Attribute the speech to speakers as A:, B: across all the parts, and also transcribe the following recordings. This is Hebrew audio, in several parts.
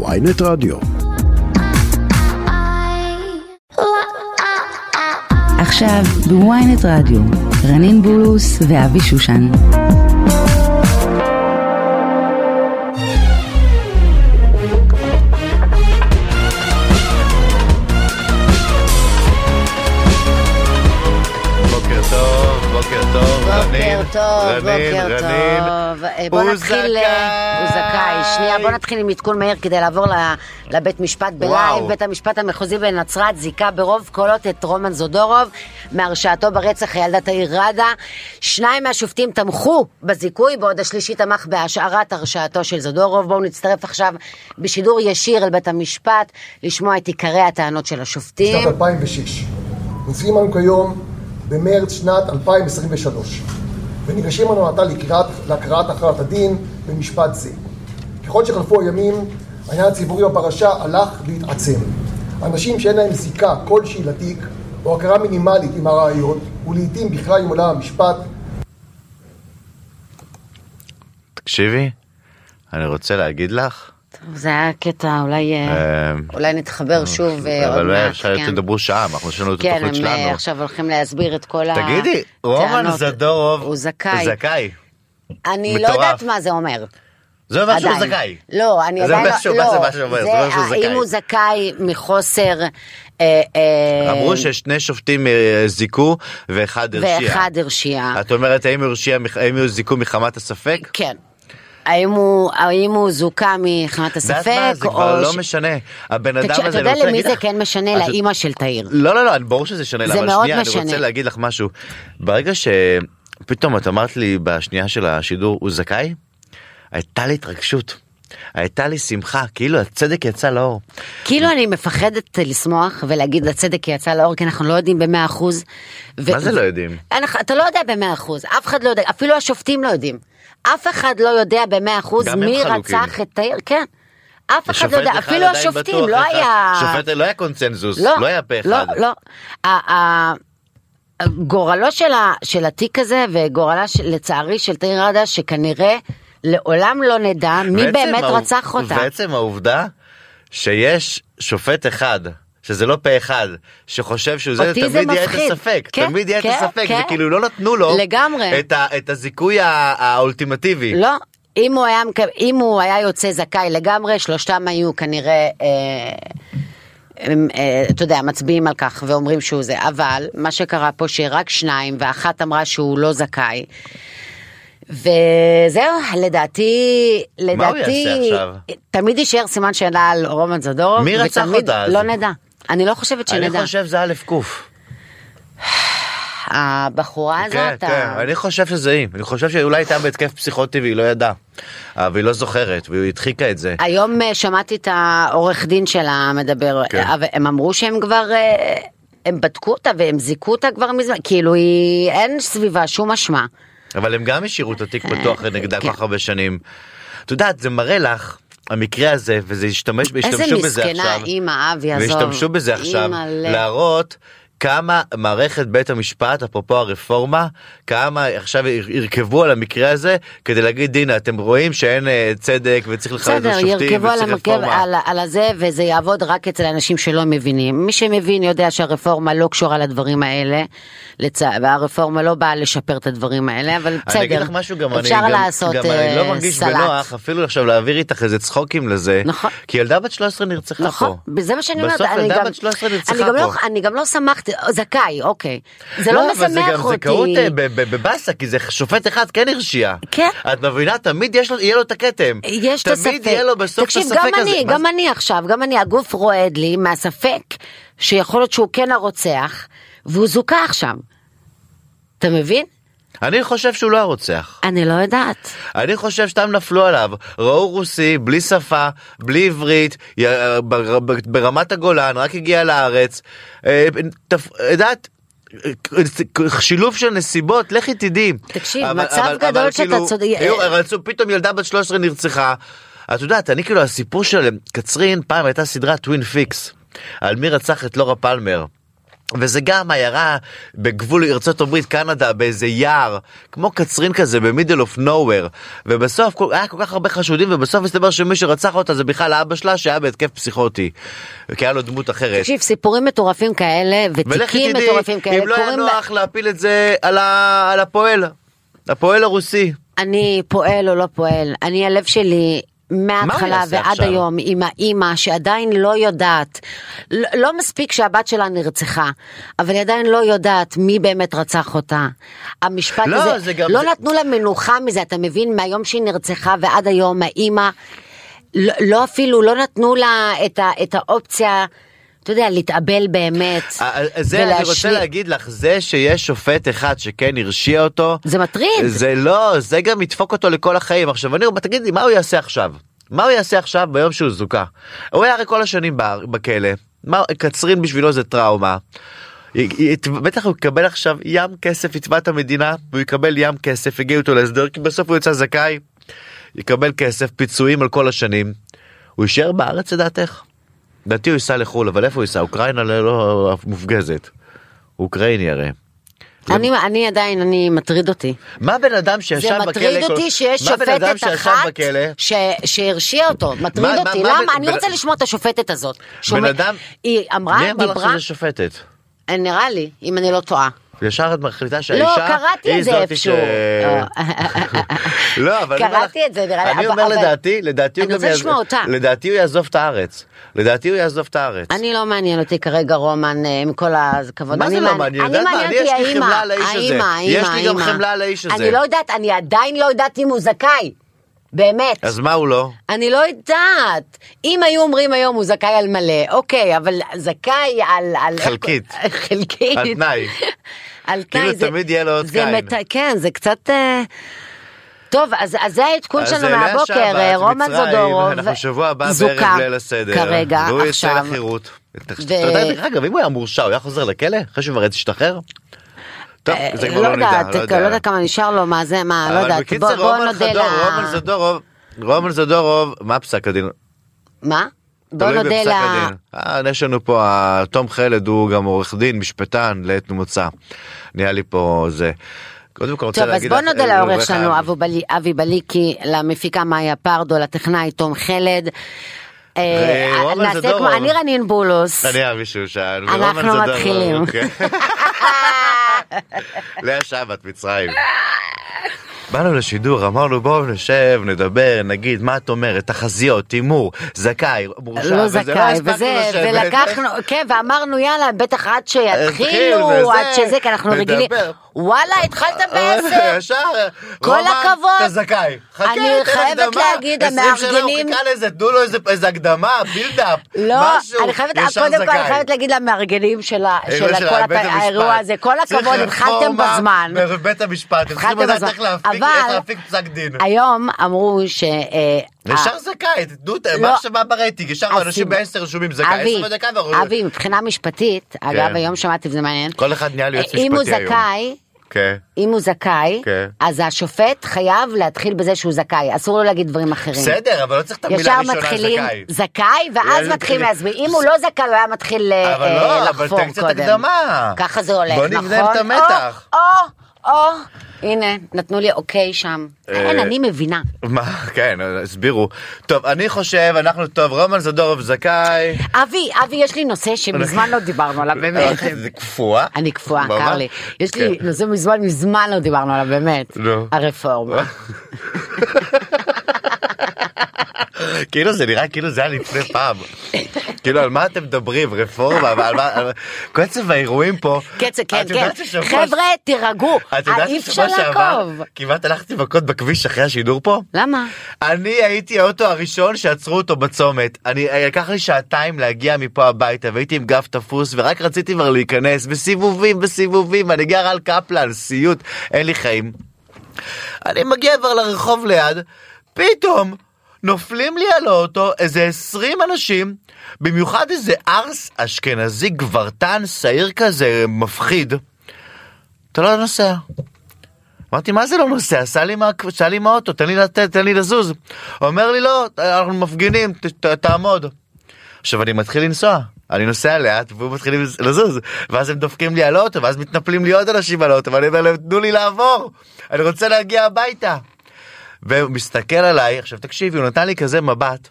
A: ויינט רדיו.
B: עכשיו בוויינט רדיו, רנין בולוס ואבי שושן.
C: בוקר טוב, בוקר טוב, רנין,
D: בוקר טוב,
C: רנין,
D: בוקר
C: רנין.
D: טוב. אה, בוא
C: הוא
D: נתחיל...
C: זכאי.
D: אה, הוא זכאי. שנייה, בוא נתחיל עם עדכון מהיר כדי לעבור ל- לבית משפט
C: וואו.
D: בלייב. בית המשפט המחוזי בנצרת זיכה ברוב קולות את רומן זודורוב מהרשעתו ברצח ילדת העיר ראדה. שניים מהשופטים תמכו בזיכוי, בעוד השלישי תמך בהשארת הרשעתו של זודורוב. בואו נצטרף עכשיו בשידור ישיר אל בית המשפט, לשמוע את עיקרי הטענות של השופטים.
E: שנת 2006. נמצאים אנו כיום במרץ שנת 2023, וניגשים אנו עתה לקראת, להקראת הכרעת הדין במשפט זה. ככל שחלפו הימים, העניין הציבורי בפרשה הלך והתעצם. אנשים שאין להם זיקה כלשהי לתיק, או הכרה מינימלית עם הראיות, ולעיתים בכלל עם עולם המשפט,
C: תקשיבי, אני רוצה להגיד לך,
D: טוב, זה היה קטע, אולי... אה,
C: אה,
D: אולי נתחבר שוב אה, עוד
C: אבל לא אולי
D: מעט,
C: עכשיו
D: כן.
C: תדברו שעה, אנחנו יש לנו את
D: כן,
C: התוכנית
D: הם אה,
C: שלנו.
D: עכשיו הולכים להסביר את כל הטענות.
C: תגידי, רומן זדורוב,
D: הוא זכאי.
C: זכאי.
D: אני לא
C: מטורף.
D: יודעת מה זה אומר.
C: זה אומר שהוא
D: עדיין.
C: זכאי.
D: לא,
C: זה
D: אני עדיין
C: מה שהוא-
D: לא...
C: מה זה
D: לא,
C: מה שהוא אומר? זה אומר שהוא
D: אה,
C: זכאי.
D: אם הוא זכאי מחוסר... אה, אה,
C: אמרו ששני שופטים אה, זיכו ואחד הרשיע.
D: ואחד הרשיע.
C: את אומרת האם הוא הרשיע מח- האם הוא זיכו מחמת הספק?
D: כן. האם הוא, האם הוא זוכה מחמת
C: ואת
D: הספק,
C: מה, זה
D: או...
C: כבר לא
D: ש-
C: משנה. לא הבן
D: תקשיב,
C: אדם הזה, אני
D: אתה יודע
C: רוצה
D: למי
C: להגיד
D: זה
C: לך-
D: כן משנה?
C: את-
D: לאימא של תאיר.
C: לא לא לא אני- ברור שזה שונה לה,
D: זה
C: אבל
D: מאוד
C: שנייה אני
D: משנה.
C: רוצה להגיד לך משהו ברגע שפתאום את אמרת לי בשנייה של השידור הוא זכאי הייתה לי התרגשות. הייתה לי שמחה כאילו הצדק יצא לאור.
D: כאילו אני מפחדת לשמוח ולהגיד הצדק יצא לאור כי אנחנו לא יודעים במאה אחוז. ו-
C: מה זה לא יודעים?
D: אנחנו- אתה לא יודע במאה אחוז, אף אחד לא יודע, אפילו השופטים לא יודעים. אף אחד לא יודע במאה אחוז
C: גם הם
D: מי
C: חלוקים.
D: רצח את תאיר, כן. אף אחד
C: השופט
D: לא יודע,
C: אחד
D: אפילו
C: עדיין
D: השופטים,
C: בטוח,
D: לא
C: אחד-
D: היה...
C: שופט לא היה קונצנזוס לא היה פה אחד.
D: לא, לא. ה- ה- גורלו של, ה, של התיק הזה וגורלה של, לצערי של תאיר ראדה שכנראה לעולם לא נדע מי
C: ועצם
D: באמת
C: העוב-
D: רצח אותה.
C: ועצם העובדה שיש שופט אחד. שזה לא פה אחד שחושב שהוא זה,
D: אותי זה
C: תמיד יהיה את
D: מפחיד.
C: הספק,
D: כן,
C: תמיד יהיה את
D: כן,
C: הספק,
D: כן.
C: זה כאילו לא נתנו לו
D: לגמרי.
C: את, ה, את הזיכוי הא- האולטימטיבי.
D: לא, אם הוא היה, מקב- אם הוא היה יוצא זכאי לגמרי, שלושתם היו כנראה, אה, הם, אה, אתה יודע, מצביעים על כך ואומרים שהוא זה, אבל מה שקרה פה שרק שניים ואחת אמרה שהוא לא זכאי. וזהו, לדעתי, לדעתי,
C: מה הוא יעשה עכשיו?
D: תמיד יישאר סימן שאלה על רומן זדורוב,
C: מי רצח
D: ותמיד
C: אותה אז?
D: לא נדע. אני לא חושבת שנדע.
C: אני חושב זה א' ק'.
D: הבחורה הזאת,
C: כן, כן,
D: ה-
C: אני חושב שזה היא. אני חושב שאולי הייתה בהתקף פסיכוטי והיא לא ידעה. אבל היא לא זוכרת, והיא הדחיקה את זה.
D: היום אה, שמעתי את העורך דין שלה מדבר,
C: כן.
D: אבל הם אמרו שהם כבר, אה, הם בדקו אותה והם זיכו אותה כבר מזמן, כאילו היא, אין סביבה שום אשמה.
C: אבל הם גם השאירו את התיק פתוח נגדה כל
D: כן.
C: כך הרבה שנים. את יודעת, זה מראה לך, המקרה הזה, וזה השתמש, השתמשו בזה עכשיו.
D: מסכנה, אמא, אבי, עזוב.
C: והשתמשו בזה עכשיו,
D: אימא'לה.
C: להראות כמה מערכת בית המשפט, אפרופו הרפורמה, כמה עכשיו יר- ירכבו על המקרה הזה, כדי להגיד, הנה, אתם רואים שאין אה, צדק וצריך לכלל את
D: בסדר,
C: השופטים
D: ירכבו על
C: וצריך
D: המרכב,
C: רפורמה.
D: על, ה- על הזה, וזה יעבוד רק אצל אנשים שלא מבינים. מי שמבין יודע שהרפורמה לא קשורה לדברים האלה, לצ... והרפורמה לא באה לשפר את הדברים האלה, אבל בסדר.
C: אני אגיד לך משהו גם,
D: אפשר
C: אני, גם,
D: לעשות
C: גם אני לא
D: אה,
C: מרגיש
D: סלט.
C: בנוח אפילו עכשיו להעביר איתך איזה צחוקים לזה,
D: נכון.
C: כי ילדה בת 13 נרצחה
D: נכון,
C: פה.
D: זה מה שאני אומרת,
C: בסוף
D: אני
C: ילדה
D: גם-
C: בת 13 נרצחה
D: אני גם לא-
C: פה.
D: אני גם לא שמחתי, אה, זכאי, אוקיי. זה לא
C: אבל זה גם
D: משמח
C: זכאות
D: אותי.
C: אה, ב- ב- בבאסה, כי זה שופט אחד כן הרשיע.
D: כן.
C: את מבינה? תמיד יש לו- יהיה לו את הכתם.
D: יש את הספק.
C: תמיד יהיה לו בסוף את הספק הזה.
D: תקשיב, גם אני,
C: מה
D: גם
C: זה-
D: אני עכשיו, גם אני, הגוף רועד לי מהספק שיכול להיות שהוא כן הרוצח, והוא זוכה עכשיו. אתה מבין?
C: אני חושב שהוא לא הרוצח.
D: אני לא יודעת.
C: אני חושב שתם נפלו עליו. ראו רוסי, בלי שפה, בלי עברית, י- בר- בר- ברמת הגולן, רק הגיע לארץ. אה, תפ- יודעת... אה, שילוב של נסיבות, לכי תדעי.
D: תקשיב, מצב גדול שאתה צודק.
C: כאילו,
D: אה,
C: היו- רצו, פתאום ילדה בת 13 נרצחה. את יודעת, אני כאילו, הסיפור של קצרין, פעם הייתה סדרה טווין פיקס, על מי רצח את לורה פלמר. וזה גם עיירה בגבול ארצות הברית, קנדה, באיזה יער, כמו קצרין כזה, במידל אוף נוואר. ובסוף כל- היה כל כך הרבה חשודים, ובסוף הסתבר שמי שרצח אותה זה בכלל אבא שלה שהיה בהתקף פסיכוטי. כי היה לו דמות אחרת.
D: תקשיב, סיפורים מטורפים כאלה,
C: ולך
D: ותיקים
C: אה, תדעי,
D: מטורפים כאלה,
C: אם לא היה
D: קורים ל-
C: נוח להפיל את זה על ה- על הפועל, הפועל הרוסי.
D: אני פועל או לא פועל, אני הלב שלי.
C: מה הוא
D: מההתחלה
C: יעשה
D: ועד
C: עכשיו?
D: היום עם האימא שעדיין לא יודעת, לא, לא מספיק שהבת שלה נרצחה, אבל היא עדיין לא יודעת מי באמת רצח אותה. המשפט
C: לא,
D: הזה,
C: זה גם-
D: לא
C: זה-
D: נתנו לה מנוחה מזה, אתה מבין? מהיום שהיא נרצחה ועד היום האימא, לא, לא אפילו, לא נתנו לה את, ה, את האופציה, אתה יודע, להתאבל באמת.
C: ה- אה, זה אני רוצה
D: ולהשלים.
C: להגיד לך, זה שיש שופט אחד שכן הרשיע אותו,
D: זה מטריד.
C: זה לא, זה גם ידפוק אותו לכל החיים. עכשיו אני אומר, תגיד לי, מה הוא יעשה עכשיו? מה הוא יעשה עכשיו ביום שהוא זוכה? הוא היה הרי כל השנים ב- בכלא, מה- קצרין בשבילו זה טראומה. י- י- ית- בטח הוא יקבל עכשיו ים כסף, יתבע את המדינה, הוא יקבל ים כסף, יגיעו איתו להסדר, כי בסוף הוא יצא זכאי, יקבל כסף, פיצויים על כל השנים. הוא יישאר בארץ לדעתך? לדעתי הוא ייסע לחו"ל, אבל איפה הוא ייסע? אוקראינה לא- לא מופגזת. הוא אוקראיני הרי.
D: אני, אני עדיין, אני מטריד אותי.
C: מה בן אדם שישב
D: זה
C: בכלא...
D: מטריד
C: כל-
D: אותי שיש
C: מה בן אדם
D: שופטת
C: שישב
D: אחת
C: בכלא?
D: ש- שהרשיעה אותו,
C: מה-
D: מטריד
C: מה-
D: אותי,
C: מה בן-
D: למה? אני
C: בן-
D: רוצה לשמוע את השופטת הזאת.
C: בן
D: שומע-
C: אדם...
D: היא אמרה,
C: מי אמר לך
D: דיברה, אה,
C: שזה שופטת?
D: נראה לי, אם אני לא טועה.
C: ישר את מחליטה שהאישה...
D: לא, קראתי
C: היא
D: את זה
C: זאתי
D: איפשהו.
C: לא, אבל אני אומר לך-
D: קראתי את זה, נראה לי,
C: אני
D: אבל-
C: אומר
D: אבל-
C: לדעתי, לדעתי הוא
D: אני
C: גם
D: רוצה
C: יעז-
D: לשמוע אותה.
C: לדעתי הוא יעזוב את הארץ. לדעתי הוא יעזוב את הארץ.
D: אני לא מעניין אותי כרגע רומן אה, עם כל הכבוד.
C: מה זה
D: אני
C: לא מעניין?
D: אני
C: יודעת מה?
D: מעניין
C: אני,
D: אותי
C: יש לי
D: האימא.
C: חמלה על האיש הזה.
D: האימא,
C: יש לי
D: האימא,
C: גם
D: האימא.
C: חמלה על האיש הזה.
D: אני לא יודעת, אני עדיין לא יודעת אם הוא זכאי. באמת.
C: אז מה הוא לא?
D: אני לא יודעת. אם היו אומרים היום הוא זכאי על מלא, אוקיי, אבל זכאי על... על
C: חלקית.
D: חלקית.
C: על תנאי.
D: על תנאי.
C: כאילו
D: זה-
C: תמיד יהיה לו עוד
D: זה
C: קין.
D: מת- כן, זה קצת... אה, טוב, אז, אז זה העדכון
C: אז
D: שלנו
C: אליה
D: מהבוקר,
C: שבת,
D: אה, רומן
C: מצרים,
D: זודורוב,
C: אנחנו שבוע הבא
D: זוכה
C: בערב ליל הסדר.
D: כרגע,
C: והוא יצא
D: עכשיו.
C: לחירות. אתה יודע, דרך אגב, אם הוא היה מורשע, הוא היה חוזר לכלא? אחרי שהוא כבר השתחרר? טוב,
D: אה,
C: זה כבר לא נדע, לא
D: לא
C: יודע.
D: יודעת כמה נשאר לו, מה זה, מה, לא
C: אבל
D: יודעת.
C: בקיצר,
D: בוא- בוא
C: רומן
D: נודה
C: זדורוב,
D: לה-
C: רומן זדורוב, רומן זדורוב, מה פסק הדין?
D: מה? בוא
C: תלוי
D: נודה
C: בפסק
D: לה...
C: הדין. אה, יש לנו פה, אה, תום חלד הוא גם עורך דין, משפטן, לעת ומוצא. נהיה לי פה זה. קודם כל רוצה
D: טוב, אז
C: להגיד
D: בוא
C: לך,
D: נודה
C: אה,
D: לעורך
C: לך,
D: שלנו, אבו בלי- אבי בליקי, למפיקה מאיה פרדו, לטכנאי תום חלד. אה,
C: ורומן
D: נעשה
C: זדורוב.
D: כמו- אני רנין בולוס.
C: אני אבי שושן,
D: אנחנו
C: ורומן זדורוב,
D: מתחילים.
C: אוקיי. לאה שבת, מצרים. באנו לשידור, אמרנו בואו נשב, נדבר, נגיד מה את אומרת, תחזיות, הימור, זכאי, מורשע,
D: לא
C: אה, וזה,
D: זכאי,
C: הספקנו
D: וזה,
C: לשבת.
D: ולקחנו, כן, ואמרנו יאללה, בטח עד
C: יתחילו,
D: שיתחילו,
C: וזה,
D: עד שזה, כי אנחנו
C: נדבר. אה,
D: רגילים, וואלה, התחלת בעשר.
C: אוקיי, ישר,
D: כל
C: רומן,
D: הכבוד.
C: אתה זכאי. חכה,
D: אני
C: תן
D: חייבת
C: הקדמה.
D: להגיד,
C: 20 שנה הוא
D: המארגנים-
C: חיכה לזה, תנו לו איזה- איזה הקדמה, בילדאפ,
D: לא,
C: משהו,
D: אני חייבת,
C: ישר
D: קודם כל,
C: זכאי.
D: אני חייבת להגיד למארגנים של ה-
C: האירוע
D: של
C: של
D: כל
C: בית
D: הפ-
C: המשפט.
D: האירוע הזה, כל
C: צריך
D: הכבוד, התחלתם
C: רפורמה
D: בזמן.
C: בבית המשפט, הם צריכים
D: התחלתם
C: לדעת
D: בזמן.
C: איך להפיק-
D: אבל- אה,
C: איך להפיק פסק דין.
D: היום אמרו ש... אה,
C: ישר זכאי, תנו את
D: לא.
C: מה שמה ברייטינג, ישר אנשים
D: הסיב-
C: בעשר רשומים זכאי,
D: אבי,
C: עשר בדקה ואומרים,
D: אבי, מבחינה משפטית, אגב, היום שמעתי וזה מעניין,
C: כל אחד נהיה לי יועץ
D: אם הוא
C: משפטי היום.
D: זכאי,
C: כן.
D: אם הוא זכאי,
C: כן.
D: אז השופט חייב להתחיל בזה שהוא זכאי, אסור לו להגיד דברים אחרים.
C: בסדר, אבל לא צריך את המילה
D: ישר
C: הראשונה
D: מתחילים
C: זכאי.
D: זכאי, ואז
C: יאללה,
D: מתחילים
C: מתחילים.
D: להסביר. אם הוא לא זכאי, הוא היה מתחיל אה,
C: אבל
D: אה,
C: לא, אבל
D: לחפור
C: תן
D: קודם.
C: קצת הקדמה.
D: ככה זה הולך,
C: בוא
D: נכון?
C: נבנה את
D: או,
C: המתח.
D: או, או, הנה, נתנו לי אוקיי שם.
C: אה,
D: אין, אני מבינה.
C: מה, כן, הסבירו. טוב, אני חושב, אנחנו טוב, רומן זדורוב זכאי.
D: אבי, אבי, יש לי נושא שמזמן לא דיברנו עליו, באמת.
C: אה, זה קפואה?
D: אני קפואה,
C: ממש?
D: קר לי. יש לי
C: כן.
D: נושא מזמן, מזמן לא דיברנו עליו, באמת.
C: נו. אה?
D: הרפורמה.
C: כאילו זה נראה כאילו זה היה לפני פעם. כאילו על מה אתם מדברים רפורמה ועל מה על- קצב האירועים פה.
D: קצב, כן,
C: את
D: כן.
C: יודעת ששבוע-
D: חבר'ה, תירגעו. אה,
C: את יודעת
D: אי אפשר
C: ששבוע שעבר
D: לעקוב.
C: כמעט הלכתי מכות בכביש אחרי השידור פה?
D: למה?
C: אני הייתי האוטו הראשון שעצרו אותו בצומת. אני, אה, לקח לי שעתיים להגיע מפה הביתה, והייתי עם גב תפוס, ורק רציתי כבר להיכנס, בסיבובים, בסיבובים, אני גר על קפלן, סיוט, אין לי חיים. אני מגיע כבר לרחוב ליד, פתאום נופלים לי על האוטו איזה 20 אנשים, במיוחד איזה ארס אשכנזי גברתן, שעיר כזה, מפחיד. אתה לא נוסע. אמרתי, מה זה לא נוסע? עשה לי, מה, עשה לי מהאוטו, תן לי לתת, תן לי לזוז. הוא אומר לי, לא, אנחנו מפגינים, ת, ת, תעמוד. עכשיו אני מתחיל לנסוע, אני נוסע לאט והוא מתחיל לזוז ואז הם דופקים לי על האוטו ואז מתנפלים לי עוד אנשים על האוטו ואני אומר להם תנו לי לעבור אני רוצה להגיע הביתה. והוא מסתכל עליי עכשיו תקשיבי הוא נתן לי כזה מבט.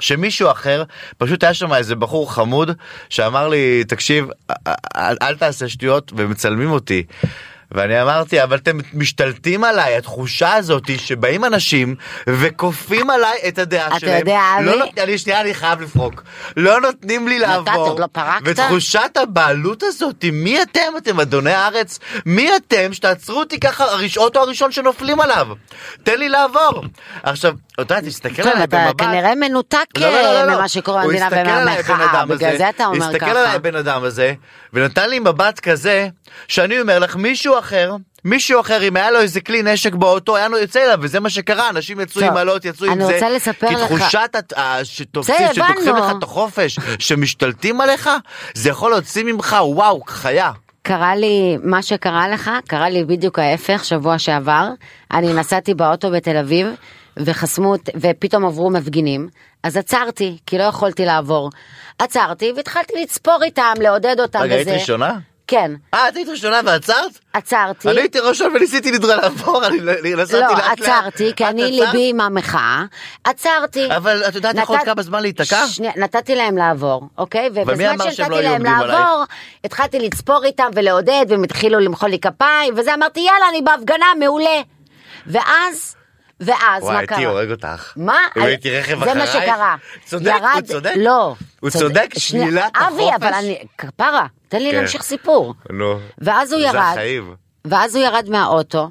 C: שמישהו אחר פשוט היה שם איזה בחור חמוד שאמר לי תקשיב אל, אל תעשה שטויות ומצלמים אותי. ואני אמרתי אבל אתם משתלטים עליי התחושה הזאת היא שבאים אנשים וכופים עליי את הדעה
D: אתה
C: שלהם.
D: יודע,
C: לא
D: אבי-
C: נות... אני שנייה אני חייב לפרוק. לא נותנים לי
D: נתת,
C: לעבור.
D: עוד לא פרקת?
C: ותחושת הבעלות הזאת מי אתם אתם אדוני הארץ מי אתם שתעצרו אותי ככה הראש- האוטו הראשון שנופלים עליו. תן לי לעבור. עכשיו אתה יודע, תסתכל
D: טוב,
C: עליי
D: אתה
C: במבט.
D: כנראה מנותק
C: כן,
D: אה,
C: לא, לא, לא, לא, לא.
D: ממה שקורה
C: הוא
D: במדינה
C: הסתכל עליי, הבן
D: ומהמחאה,
C: אדם
D: בגלל
C: הזה,
D: זה אתה אומר
C: הסתכל עליי
D: ככה.
C: הבן אדם הזה, ונתן לי מבט כזה, שאני אומר לך, מישהו אחר, מישהו אחר, אם היה לו איזה כלי נשק באוטו, היה לו יוצא אליו, וזה מה שקרה, אנשים יצאו
D: טוב,
C: עם אלות, יצאו עם
D: אני
C: זה.
D: רוצה לספר
C: כי
D: לך-
C: תחושת, הת- ה- שתופסים,
D: זה, הבנו.
C: שלוקחים לך את החופש, שמשתלטים עליך, זה יכול להוציא ממך, וואו, חיה.
D: קרה לי, מה שקרה לך, קרה לי בדיוק ההפך שבוע שעבר. אני נסעתי באוטו בתל אביב, וחסמו, אות- ופתאום עברו מפגינים. אז עצרתי, כי לא יכולתי לעבור. עצרתי והתחלתי לצפור איתם, לעודד אותם
C: רגע, היית
D: וזה.
C: ראשונה?
D: כן,
C: אה, את היית ראשונה ועצרת?
D: עצרתי.
C: אני הייתי ראשון וניסיתי לדרוע לעבור, אני לא- אני נסעתי לאט לאט.
D: לא, עצרתי, כי
C: את
D: אני
C: עצרת?
D: ליבי עם המחאה. עצרתי.
C: אבל את יודעת איך עוד
D: נתת-
C: כמה זמן להיתקע?
D: שנייה, נתתי להם לעבור, אוקיי? ובזמן
C: אמר שהם לא
D: שנתתי
C: היו
D: להם
C: עומדים עלייך?
D: לעבור, התחלתי לצפור איתם ולעודד, והם התחילו למחוא לי כפיים, וזה אמרתי, יאללה, אני בהפגנה, מעולה. ואז, ואז,
C: וואי,
D: מה
C: הייתי
D: קרה?
C: הורג אותך.
D: מה? אה,
C: אם הייתי רכב אחרייך.
D: זה מה שקרה.
C: צודק, הוא
D: ירד-
C: צודק.
D: לא.
C: הוא צודק,
D: שנייה,
C: שלילת החופש. לא.
D: אבי, אבל אני, כפרה, תן לי
C: כן.
D: להמשיך סיפור.
C: נו.
D: ואז הוא
C: זה
D: ירד,
C: החיים.
D: ואז הוא ירד מהאוטו,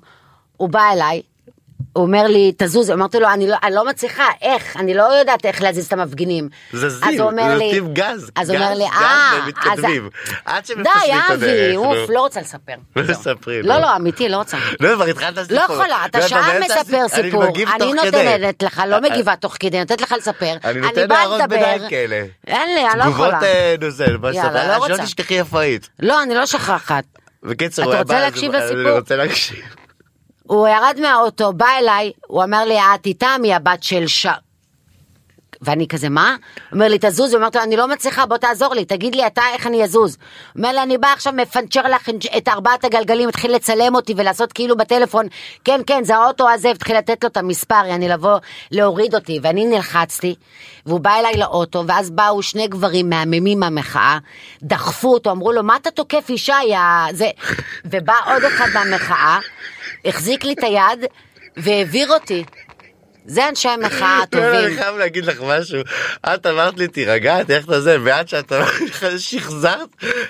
D: הוא בא אליי, הוא אומר לי, תזוז, אמרתי לו, אני לא, אני לא מצליחה, איך? אני לא יודעת איך להזיז את המפגינים.
C: זזים,
D: אז הוא אומר לי-
C: נותנים גז, גז,
D: אז הוא אומר לי,
C: גז,
D: אה,
C: והם מתקדמים. עד שהם
D: די,
C: מפשלים את
D: אבי,
C: הדרך,
D: אוף,
C: נו.
D: לא רוצה לספר.
C: לא
D: זהו.
C: מספרים,
D: לא,
C: נו.
D: לא, אמיתי, לא רוצה.
C: לא, כבר התחלת סיפור.
D: לא יכולה, אתה
C: לא,
D: שעה
C: באמצע
D: מספר
C: הסיפור,
D: סיפור.
C: אני מגיב
D: אני
C: תוך כדי. אה,
D: נותנת לך, לא מגיבה תוך כדי, אני נותנת לך לספר.
C: אני נותן
D: באה
C: הערות
D: לדבר.
C: ביניים כאלה.
D: אין לי, אני לא
C: תגובות
D: יכולה.
C: אה, נו, זה, מה
D: יאללה,
C: שאתה-
D: לא
C: אה,
D: רוצה.
C: שלא תשכחי איפה היית.
D: לא, אני לא שכחת.
C: בקיצר,
D: אתה
C: הוא היה
D: רוצה
C: בא, אז
D: להקשיב
C: הוא- אני
D: לסיפור?
C: רוצה להקשיב.
D: הוא ירד מהאוטו, בא אליי, הוא אמר לי, את איתם, היא הבת של ש... ואני כזה, מה? הוא אומר לי, תזוז, הוא אומר לו, אני לא מצליחה, בוא תעזור לי, תגיד לי אתה איך אני אזוז. הוא אומר לי, אני באה עכשיו, מפנצ'ר לך את ארבעת הגלגלים, התחיל לצלם אותי ולעשות כאילו בטלפון, כן, כן, זה האוטו הזה, התחיל לתת לו את המספר, יעני לבוא, להוריד אותי, ואני נלחצתי, והוא בא אליי לאוטו, ואז באו שני גברים מהממים מהמחאה, דחפו אותו, אמרו לו, מה אתה תוקף אישה, יא... זה... ובא עוד אחד מהמחאה, החזיק לי את היד, והעביר אותי. זה אנשי המחאה
C: לא, לא,
D: הטובים.
C: אני חייב להגיד לך משהו. את אמרת לי, תירגע, איך אתה זה, ועד שאת אמרת, שחזרת,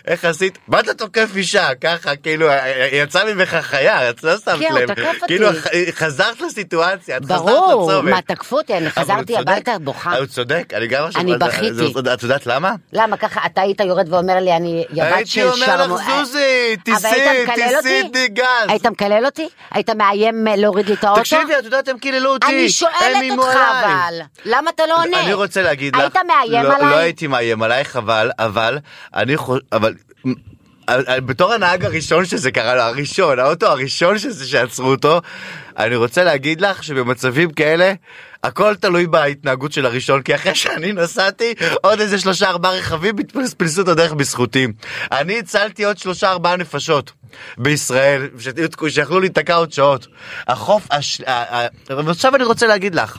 C: איך עשית, מה אתה תוקף אישה? ככה, כאילו, יצא ממך חיה, את לא שמת
D: כן, הוא
C: לב.
D: תקף אותי.
C: כאילו, חזרת לסיטואציה, את חזרת לצומת.
D: ברור, מה, תקפו אותי, אני
C: אבל הוא
D: חזרתי
C: צודק.
D: הביתה בוכה.
C: הוא צודק, אני גם עכשיו...
D: אני
C: זה-
D: בכיתי.
C: זה- זה- את יודעת למה?
D: למה ככה אתה היית יורד ואומר לי אני יבת
C: הייתי
D: של
C: אומר
D: שלמה.
C: לך, זוזי,
D: אבל
C: תיסי,
D: היית מקלל
C: תיסי
D: אותי?
C: די גז.
D: היית מקלל אותי? היית מאיים אה, להוריד לי את האוטו?
C: תקשיבי, את יודעת, הם קיללו אותי.
D: אני
C: הם
D: שואלת
C: איימו
D: אותך
C: עליי.
D: אבל, למה אתה לא עונה?
C: אני רוצה להגיד לך,
D: היית מאיים
C: לא,
D: עליי?
C: לא הייתי מאיים עלייך, אבל, אבל, אני חושב, אבל, אבל- אבל בתור הנהג הראשון שזה קרה לו, הראשון, האוטו הראשון שזה שעצרו אותו, אני רוצה להגיד לך שבמצבים כאלה, הכל תלוי בהתנהגות של הראשון, כי אחרי שאני נסעתי, עוד איזה שלושה ארבעה רכבים פלס- פלסו את הדרך בזכותי. אני הצלתי עוד שלושה ארבעה נפשות בישראל, שהיו תקו- שיכלו להיתקע עוד שעות. החוף, הש... ה- ה- אבל עכשיו אני רוצה להגיד לך,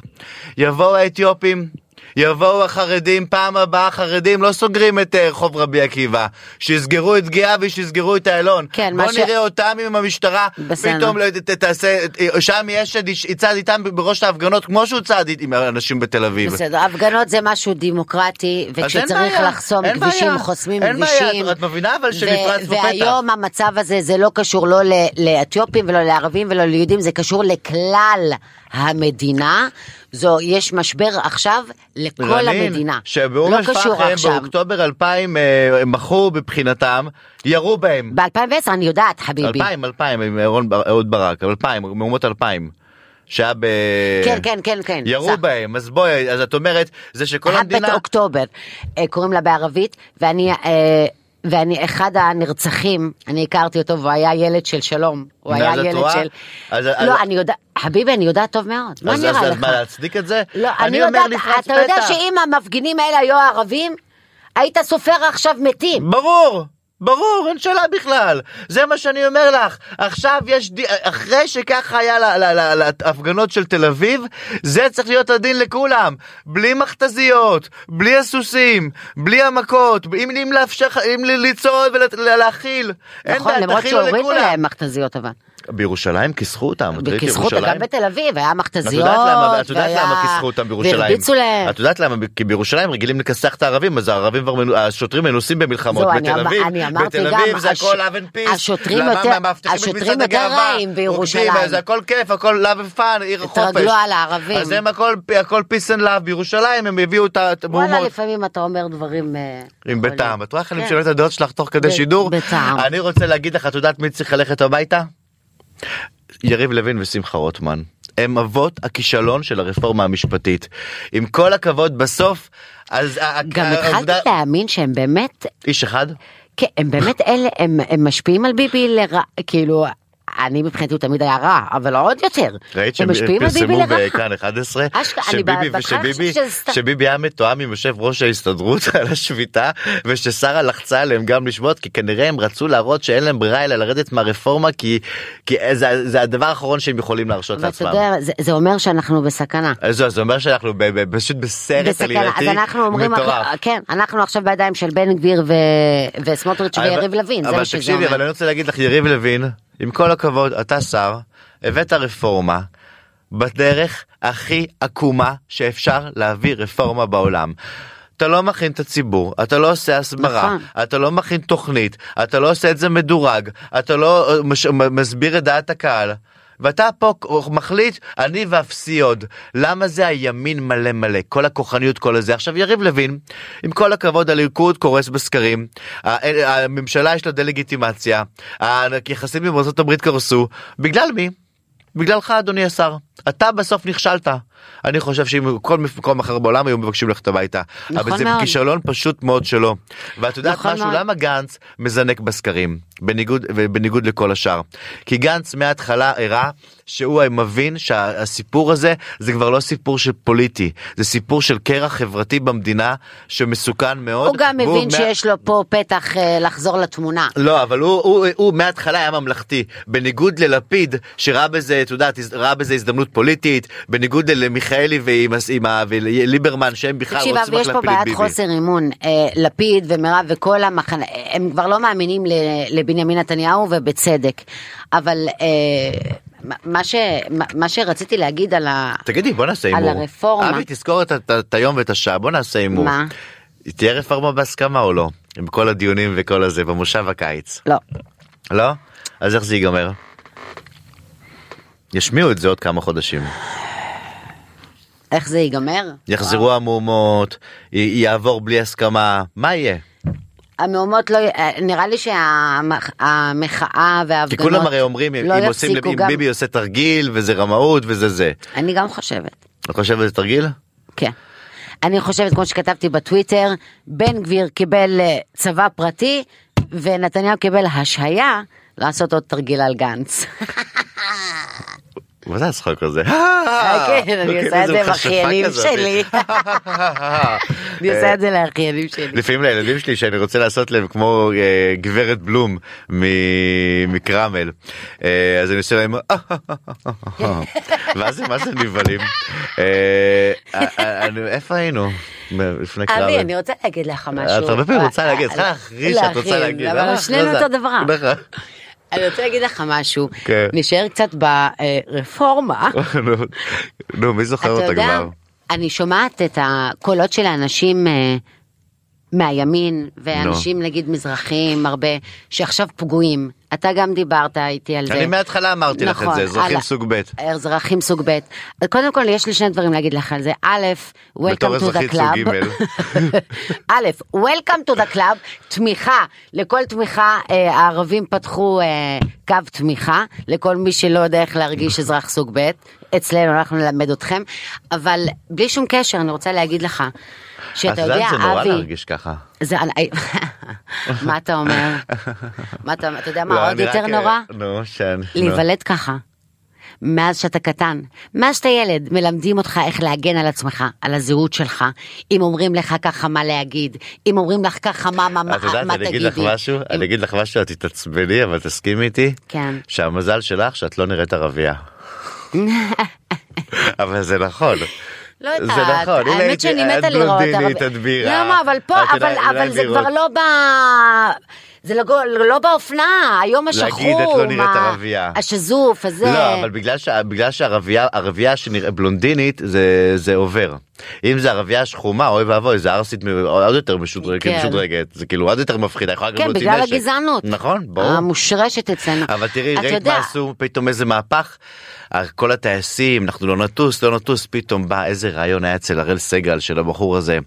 C: יבואו האתיופים, יבואו החרדים, פעם הבאה החרדים לא סוגרים את אה, רחוב רבי עקיבא. שיסגרו את גאבי, שיסגרו את איילון.
D: כן, מה
C: בוא
D: ש-
C: נראה אותם עם המשטרה.
D: בסדר.
C: פתאום לא יודעת, תעשה, אה, שם יש יצעד איתם בראש ההפגנות כמו שהוא צעד עם אנשים בתל אביב.
D: בסדר, הפגנות זה משהו דמוקרטי,
C: אז אין
D: וכשצריך
C: בעיה,
D: לחסום
C: אין
D: כבישים,
C: בעיה,
D: חוסמים
C: אין בעיה,
D: כבישים.
C: את- את מבינה אבל
D: ו-
C: שנפרץ בפתח.
D: והיום המצב הזה, זה לא קשור לא ל- לאתיופים ולא לערבים ולא ליהודים, זה קשור לכלל המדינה. זו, יש משבר עכשיו לכל
C: רנין,
D: המדינה.
C: שבאום
D: לא
C: אל-פחם
D: קשור עכשיו.
C: באוקטובר 2000 אה, מחו מבחינתם, ירו בהם.
D: ב-2010 אני יודעת, חביבי.
C: 2000, 2000, עם אהרון בר- אהוד ברק, 2000, מהומות 2000. שהיה ב...
D: כן, כן, כן, כן.
C: ירו
D: זה-
C: בהם, אז בואי, אז את אומרת, זה שכל המדינה...
D: הפט אוקטובר, אה, קוראים לה בערבית, ואני... אה, ואני אחד הנרצחים, אני הכרתי אותו והוא היה ילד של שלום, הוא
C: נו,
D: היה
C: אז את
D: ילד
C: רואה?
D: של...
C: אז-
D: לא,
C: אז-
D: אני יודעת, חביבי, אני יודעת טוב מאוד, מה
C: אז-
D: נראה
C: אז
D: לך?
C: מה, להצדיק את זה?
D: לא,
C: אני
D: אני
C: אומר
D: יודעת,
C: לפרוץ
D: אתה יודע
C: פתח.
D: שאם המפגינים האלה היו ערבים, היית סופר עכשיו מתים.
C: ברור, ברור, אין שאלה בכלל. זה מה שאני אומר לך. עכשיו יש, די- אחרי שככה היה לה- לה- לה- להפגנות של תל אביב, זה צריך להיות הדין לכולם. בלי מכתזיות, בלי הסוסים, בלי המכות, אם, אם לאפשר, אם ל- ליצור ולהכיל. אין
D: נכון,
C: בעיה,
D: למרות
C: תכילו
D: שהורידו
C: לכולם.
D: להם מכתזיות אבל.
C: בירושלים כיסחו אותם. את ראית
D: כיסחו אותם,
C: ירושלים?
D: גם בתל אביב, היה
C: את
D: מכתזיות,
C: יודעת למה, את יודעת
D: והיה-
C: למה כיסחו אותם בירושלים?
D: והרביצו להם.
C: את יודעת למה? כי בירושלים רגילים לכסח את הערבים, אז הערבים כבר, מנו- השוטרים מנוסים במלחמות.
D: זהו, אני
C: בתל
D: אמר-
C: אביב,
D: אני אמרתי
C: בתל
D: גם,
C: אביב זה
D: הש-
C: הכל love and peace.
D: השוטרים
C: למה?
D: יותר-
C: מה, מאבטחים את
D: השוטרים
C: מצעד
D: יותר
C: הגאווה,
D: רעים בירושלים.
C: רוקדים, אז הכל כיף, הכל love and fun, עיר החופש.
D: התרגלו על הערבים.
C: אז הם הכל, הכל peace and love בירושלים, הם הביאו את
D: וואלה,
C: המהומות.
D: לפעמים אתה אומר דברים... אה,
C: עם
D: יכולים.
C: בטעם. את רואה איך אני
D: כן.
C: משנה את הדעות שלך תוך כדי
D: ב-
C: שידור?
D: בטעם.
C: אני רוצה להגיד לך, את יודעת מי צריך ללכת הביתה? יריב לוין ושמחה רוטמן. הם אבות הכישלון של הרפורמה המשפטית. עם כל הכבוד, בסוף, אז... ה-
D: גם
C: ה-
D: התחלתי
C: העובדה-
D: להאמין שהם באמת,
C: איש אחד?
D: כן, הם באמת אלה, הם הם משפיעים על ביבי לרע, כאילו, אני מבחינתי הוא תמיד היה רע, אבל עוד יותר.
C: ראית
D: הם
C: שהם
D: משפיעים על ביבי
C: פרסמו
D: לרע.
C: בכאן 11
D: אשכרה, אני
C: שביבי
D: בהתחלה
C: ושביבי
D: חשבתי שזה סתם.
C: שביבי היה מתואם עם יושב ראש ההסתדרות על השביתה וששרה לחצה עליהם גם לשבות כי כנראה הם רצו להראות שאין להם ברירה אלא לרדת מהרפורמה כי כי זה זה הדבר האחרון שהם יכולים להרשות
D: ואתה
C: לעצמם.
D: יודע, זה- זה אומר שאנחנו בסכנה.
C: אז זהו, זה אומר שאנחנו ב- ב- פשוט בסרט
D: בסכנה, אז
C: עלילתי
D: אנחנו אומרים,
C: מטורף.
D: אנחנו- כן, אנחנו עכשיו בידיים של בן גביר ו- וסמוטריץ'
C: אבל-
D: ויריב לוין, זה
C: אבל
D: מה שזה
C: תקשיבי, אבל
D: אומר.
C: אני רוצה להגיד לך, יריב לוין, עם כל הכבוד, אתה שר, הבאת רפורמה. בדרך הכי עקומה שאפשר להעביר רפורמה בעולם. אתה לא מכין את הציבור, אתה לא עושה הסברה,
D: נכון.
C: אתה לא מכין תוכנית, אתה לא עושה את זה מדורג, אתה לא אה, מש- מ- מסביר את דעת הקהל. ואתה פה כ- מחליט, אני ואפסי עוד. למה זה הימין מלא מלא? כל הכוחניות, כל הזה. עכשיו, יריב לוין, עם כל הכבוד, הליכוד קורס בסקרים, ה- אה, הממשלה יש לה דה-לגיטימציה, היחסים עם ארצות הברית קרסו. בגלל מי? בגללך אדוני השר אתה בסוף נכשלת אני חושב שאם כל מקום אחר בעולם היו מבקשים ללכת הביתה
D: נכון
C: אבל זה
D: מאוד.
C: כישלון פשוט מאוד שלו ואת יודעת
D: נכון
C: משהו
D: מאוד.
C: למה גנץ מזנק בסקרים בניגוד ובניגוד לכל השאר כי גנץ מההתחלה הראה שהוא מבין שהסיפור הזה זה כבר לא סיפור של פוליטי זה סיפור של קרע חברתי במדינה שמסוכן מאוד
D: הוא גם
C: והוא
D: מבין
C: מה-
D: שיש לו פה פתח אה, לחזור לתמונה.
C: לא, אבל הוא, הוא, הוא מההתחלה היה ממלכתי. בניגוד ללפיד, שראה בזה, את יודעת, ראה בזה הזדמנות פוליטית, בניגוד למיכאלי ועם, הס- עם ה- וליברמן, שהם בכלל
D: תקשיב,
C: רוצים רק
D: אבל יש פה
C: להפיל את
D: בעיית
C: ביבי.
D: חוסר אמון. אה, לפיד ומירב וכל המחנה, הם כבר לא מאמינים ל- לבנימין נתניהו, ובצדק. אבל אה, מה- מה ש- מה- מה שרציתי להגיד על ה...
C: תגידי, בוא נעשה
D: על
C: הימור.
D: הרפורמה.
C: אבי, תזכור את, את, את היום ואת השעה, בוא נעשה הימור.
D: מה?
C: תהיה רפורמה בהסכמה או לא? עם כל הדיונים וכל הזה, במושב הקיץ.
D: לא,
C: לא? אז איך זה ייגמר? ישמיעו את זה עוד כמה חודשים.
D: איך זה ייגמר?
C: יחזרו המהומות, י- יעבור בלי הסכמה, מה יהיה?
D: המהומות לא, אה, נראה לי שהמחאה
C: כי
D: וההפגנות
C: כולם הרי אומרים אם
D: לא
C: אם עושים
D: יפסיקו
C: אם
D: גם.
C: ביבי עושה תרגיל וזה רמאות וזה זה.
D: אני גם חושבת,
C: את חושבת שזה תרגיל?
D: כן. אני חושבת, כמו שכתבתי בטוויטר, בן גביר קיבל אה, צבא פרטי, ונתניהו קיבל השהיה לעשות עוד תרגיל על גנץ.
C: מה זה הצחוק הזה?
D: אה, כן,
C: אוקיי,
D: אני עושה את זה עם אחיינים שלי. אני עושה את זה לאחיינים שלי.
C: לפעמים לילדים שלי שאני רוצה לעשות להם כמו אה, גברת בלום מ- מקרמל אה, אז אני עושה להם "אה, אה, אה, אה, אה." ואז הם מה זה נבהלים אה, אה, אה, אני- איפה היינו לפני קרמל.
D: אבי, אני רוצה להגיד לך משהו.
C: את הרבה פעמים אה, רוצה להגיד, צריכה
D: אה,
C: להכריז שאת רוצה
D: להכריז,
C: להגיד.
D: אבל
C: למה?
D: שנינו
C: לא זה-
D: אותו דבר.
C: נכון.
D: אני רוצה להגיד לך משהו.
C: כן.
D: נשאר קצת ברפורמה.
C: נו, נו, מי זוכר
D: אתה
C: אותה
D: יודע,
C: כבר?
D: אני שומעת את הקולות של האנשים אה, מהימין, ואנשים נגיד מזרחים הרבה, שעכשיו פגועים. אתה גם דיברת איתי על זה.
C: אני מההתחלה אמרתי לך את
D: נכון,
C: זה, אזרחים
D: הלאה.
C: סוג ב'.
D: אזרחים סוג ב'. אז קודם כל יש לי שני דברים להגיד לך על זה. א',
C: בתור
D: Welcome to
C: אזרחית
D: the
C: סוג
D: club. א', Welcome to the club, תמיכה, לכל תמיכה, אה, הערבים פתחו אה, קו תמיכה, לכל מי שלא יודע איך להרגיש אזרח סוג ב', אצלנו אנחנו נלמד אתכם, אבל בלי שום קשר אני רוצה להגיד לך,
C: את
D: שאתה יודע,
C: יודעת, זה נורא
D: אבי,
C: להרגיש ככה.
D: זה, מה אתה אומר? מה אתה אומר? אתה יודע
C: לא,
D: מה עוד
C: אני רק,
D: יותר
C: אה,
D: נורא?
C: נו, שאני... נו.
D: להיוולד ככה. מאז שאתה קטן, מאז שאתה ילד, מלמדים אותך איך להגן על עצמך, על הזהות שלך. אם אומרים לך ככה מה להגיד, אם אומרים לך ככה מה, מה, מה, מה
C: את יודעת,
D: תגידי.
C: אני אגיד לך משהו,
D: אם-
C: אני אגיד לך משהו, את תתעצבני, אבל תסכימי איתי,
D: כן.
C: שהמזל שלך שאת לא נראית ערבייה. אבל זה נכון.
D: לא
C: זה
D: יודעת,
C: נכון, הנה
D: האמת
C: הייתי-
D: שאני
C: את
D: מתה לראות,
C: בלונדינית, את בירה.
D: למה, אבל פה,
C: את
D: אבל,
C: יודעת,
D: אבל זה
C: בירות.
D: כבר לא ב... זה לא, לא באופנה, היום השחום,
C: להגיד, "את לא נראית
D: ה-
C: ערבייה".
D: השזוף, הזה.
C: לא, אבל בגלל, שה, בגלל שהערבייה ערבייה שנראה בלונדינית זה, זה עובר. אם זה ערבייה שחומה אוי ואבוי זה ערסית מ- עוד יותר משודרגת,
D: כן.
C: משודרגת זה כאילו עוד יותר מפחידה יכולה גם
D: כן,
C: להוציא
D: בגלל
C: נשק.
D: הגזענות.
C: נכון ברור.
D: המושרשת אצלנו.
C: אבל תראי,
D: אתה
C: ראית
D: יודע,
C: מה עשו, פתאום איזה מהפך, אה, כל הטייסים, אנחנו לא נטוס, לא נטוס, פתאום בא איזה רעיון היה אצל הראל סגל של הבחור הזה,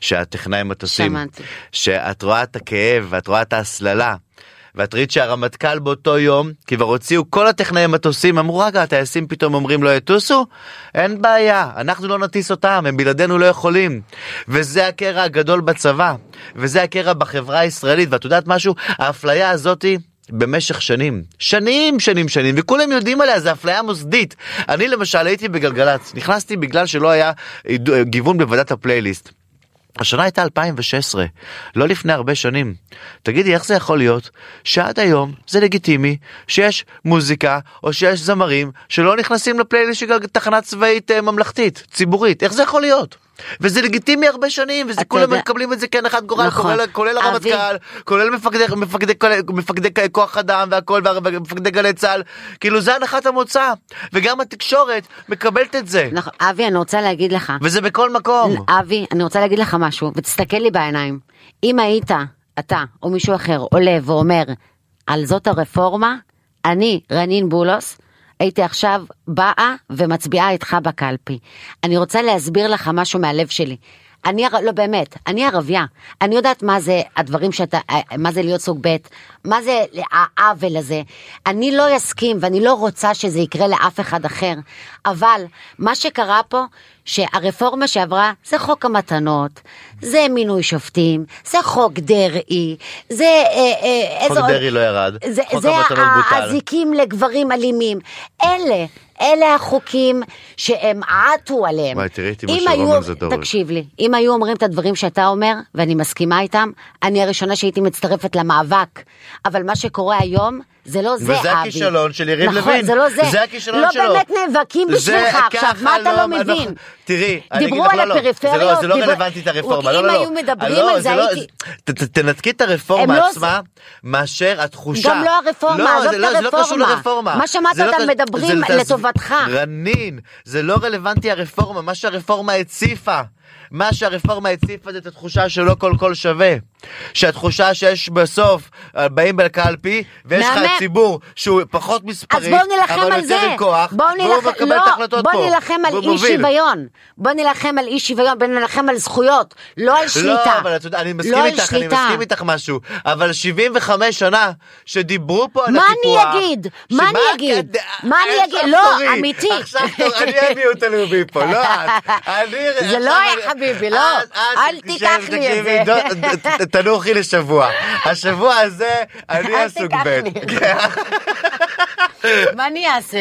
C: שהטכנאי מטוסים,
D: שמעתי.
C: שאת רואה את הכאב ואת רואה את ההסללה. ואת ראית שהרמטכ"ל באותו יום, כי כבר הוציאו כל הטכנאי מטוסים, אמרו רגע, הטייסים פתאום אומרים לא יטוסו? אין בעיה, אנחנו לא נטיס אותם, הם בלעדינו לא יכולים. וזה הקרע הגדול בצבא, וזה הקרע בחברה הישראלית, ואת יודעת משהו? האפליה הזאתי, במשך שנים, שנים, שנים, שנים, וכולם יודעים עליה, זה אפליה מוסדית. אני למשל הייתי בגלגלצ, נכנסתי בגלל שלא היה עידו- גיוון בוועדת הפלייליסט. השנה הייתה 2016, לא לפני הרבה שנים. תגידי, איך זה יכול להיות שעד היום זה לגיטימי שיש מוזיקה או שיש זמרים שלא נכנסים לפלייליסט של גלג- תחנה צבאית אה, ממלכתית, ציבורית? איך זה יכול להיות? וזה לגיטימי הרבה שנים, וזה
D: אתה
C: כולם
D: יודע-
C: מקבלים את זה כהנחת גורל,
D: נכון.
C: כולל- כולל
D: אבי.
C: הרמטכ"ל, כולל מפקדי, מפקדי, מפקדי כוח אדם והכל והר- ומפקדי גלי צה"ל, כאילו זה הנחת המוצא, וגם התקשורת מקבלת את זה,
D: נכון, אבי, אני רוצה להגיד לך,
C: וזה בכל מקום.
D: אבי, אני רוצה להגיד לך משהו, ותסתכל לי בעיניים. אם היית, אתה או מישהו אחר עולה ואומר, על זאת הרפורמה, אני, רנין בולוס, הייתי עכשיו באה ומצביעה איתך בקלפי. אני רוצה להסביר לך משהו מהלב שלי. אני, הר- לא באמת, אני ערבייה. אני יודעת מה זה הדברים שאתה, אה, מה זה להיות סוג ב', מה זה העוול הזה. אני לא אסכים ואני לא רוצה שזה יקרה לאף אחד אחר, אבל מה שקרה פה, שהרפורמה שעברה זה חוק המתנות, זה מינוי שופטים, זה חוק דרעי, זה אה, אה,
C: חוק
D: איזה עוד-
C: דרעי לא ירד,
D: זה,
C: חוק
D: זה
C: המתנות בוטל.
D: האזיקים לגברים אלימים. אלה, אלה החוקים שהם עטו עליהם.
C: וואי, תראי אותי מה
D: אם
C: שרומן
D: היו-
C: זדורוב.
D: תקשיב לי, אם היו אומרים את הדברים שאתה אומר, ואני מסכימה איתם, אני הראשונה שהייתי מצטרפת למאבק. אבל מה שקורה היום, זה לא זה, אבי.
C: וזה הכישלון של יריב
D: נכון,
C: לוין.
D: זה לא זה.
C: זה הכישלון
D: לא
C: שלו.
D: לא באמת נאבקים
C: זה
D: בשבילך עכשיו,
C: ככה
D: מה אתה לא
C: אנחנו-
D: מבין?
C: תראי, אני אגיד
D: דיברו
C: לך,
D: על
C: לא, לא, זה
D: הפריפריות,
C: לא, זה לא
D: דיבר-
C: רלוונטי את הרפורמה, לא,
D: אם
C: לא, לא.
D: היו מדברים
C: לא,
D: על זה,
C: לא-
D: הייתי-
C: ת- ת- תנתקי את הרפורמה
D: הם לא-
C: עצמה, מאשר התחושה.
D: גם לא הרפורמה,
C: לא,
D: עזוב
C: זה
D: את
C: לא- זה לא קשור
D: הרפורמה.
C: לרפורמה.
D: מה שמעת
C: זה לא
D: אותם
C: קש-
D: מדברים
C: זה- זה-
D: לטובתך.
C: רנין, זה לא רלוונטי הרפורמה, מה שהרפורמה הציפה. מה שהרפורמה הציפה זה את התחושה שלא כל קול שווה. שהתחושה שיש בסוף, אה, באים בקלפי, ויש לך
D: מהמם.
C: ציבור שהוא פחות מספרית,
D: אז בואו נילחם
C: אבל
D: על זה.
C: יותר עם כוח,
D: בואו
C: והוא
D: נילחם,
C: מקבל
D: לא,
C: את ההחלטות פה.
D: בואו נילחם על
C: והוא
D: אי
C: מוביל.
D: שוויון. בואו נילחם על אי שוויון, בואו נילחם על זכויות, לא על שליטה.
C: לא, אבל אתה יודע, אני מסכים
D: לא על
C: איתך, אני
D: שליטה.
C: מסכים איתך משהו, אבל 75 שנה שדיברו פה על
D: מה אני
C: הקיפוח,
D: אגיד? מה
C: שמה
D: אני אגיד?
C: כד-
D: מה אני
C: עכשיו
D: אגיד? לא,
C: תורי.
D: אמיתי.
C: עכשיו תורי, אני המיעוט הלאומי פה, לא את. אני-
D: זה לא
C: עכשיו אני-
D: היה, חביבי, לא.
C: את- את-
D: אל תיקח
C: שב,
D: לי את
C: תקשיבי,
D: זה.
C: דו- ת- ת- תנוחי לשבוע. השבוע הזה, אני
D: אל
C: הסוג
D: תיקח
C: ב'. כן.
D: לי. מה אני אעשה?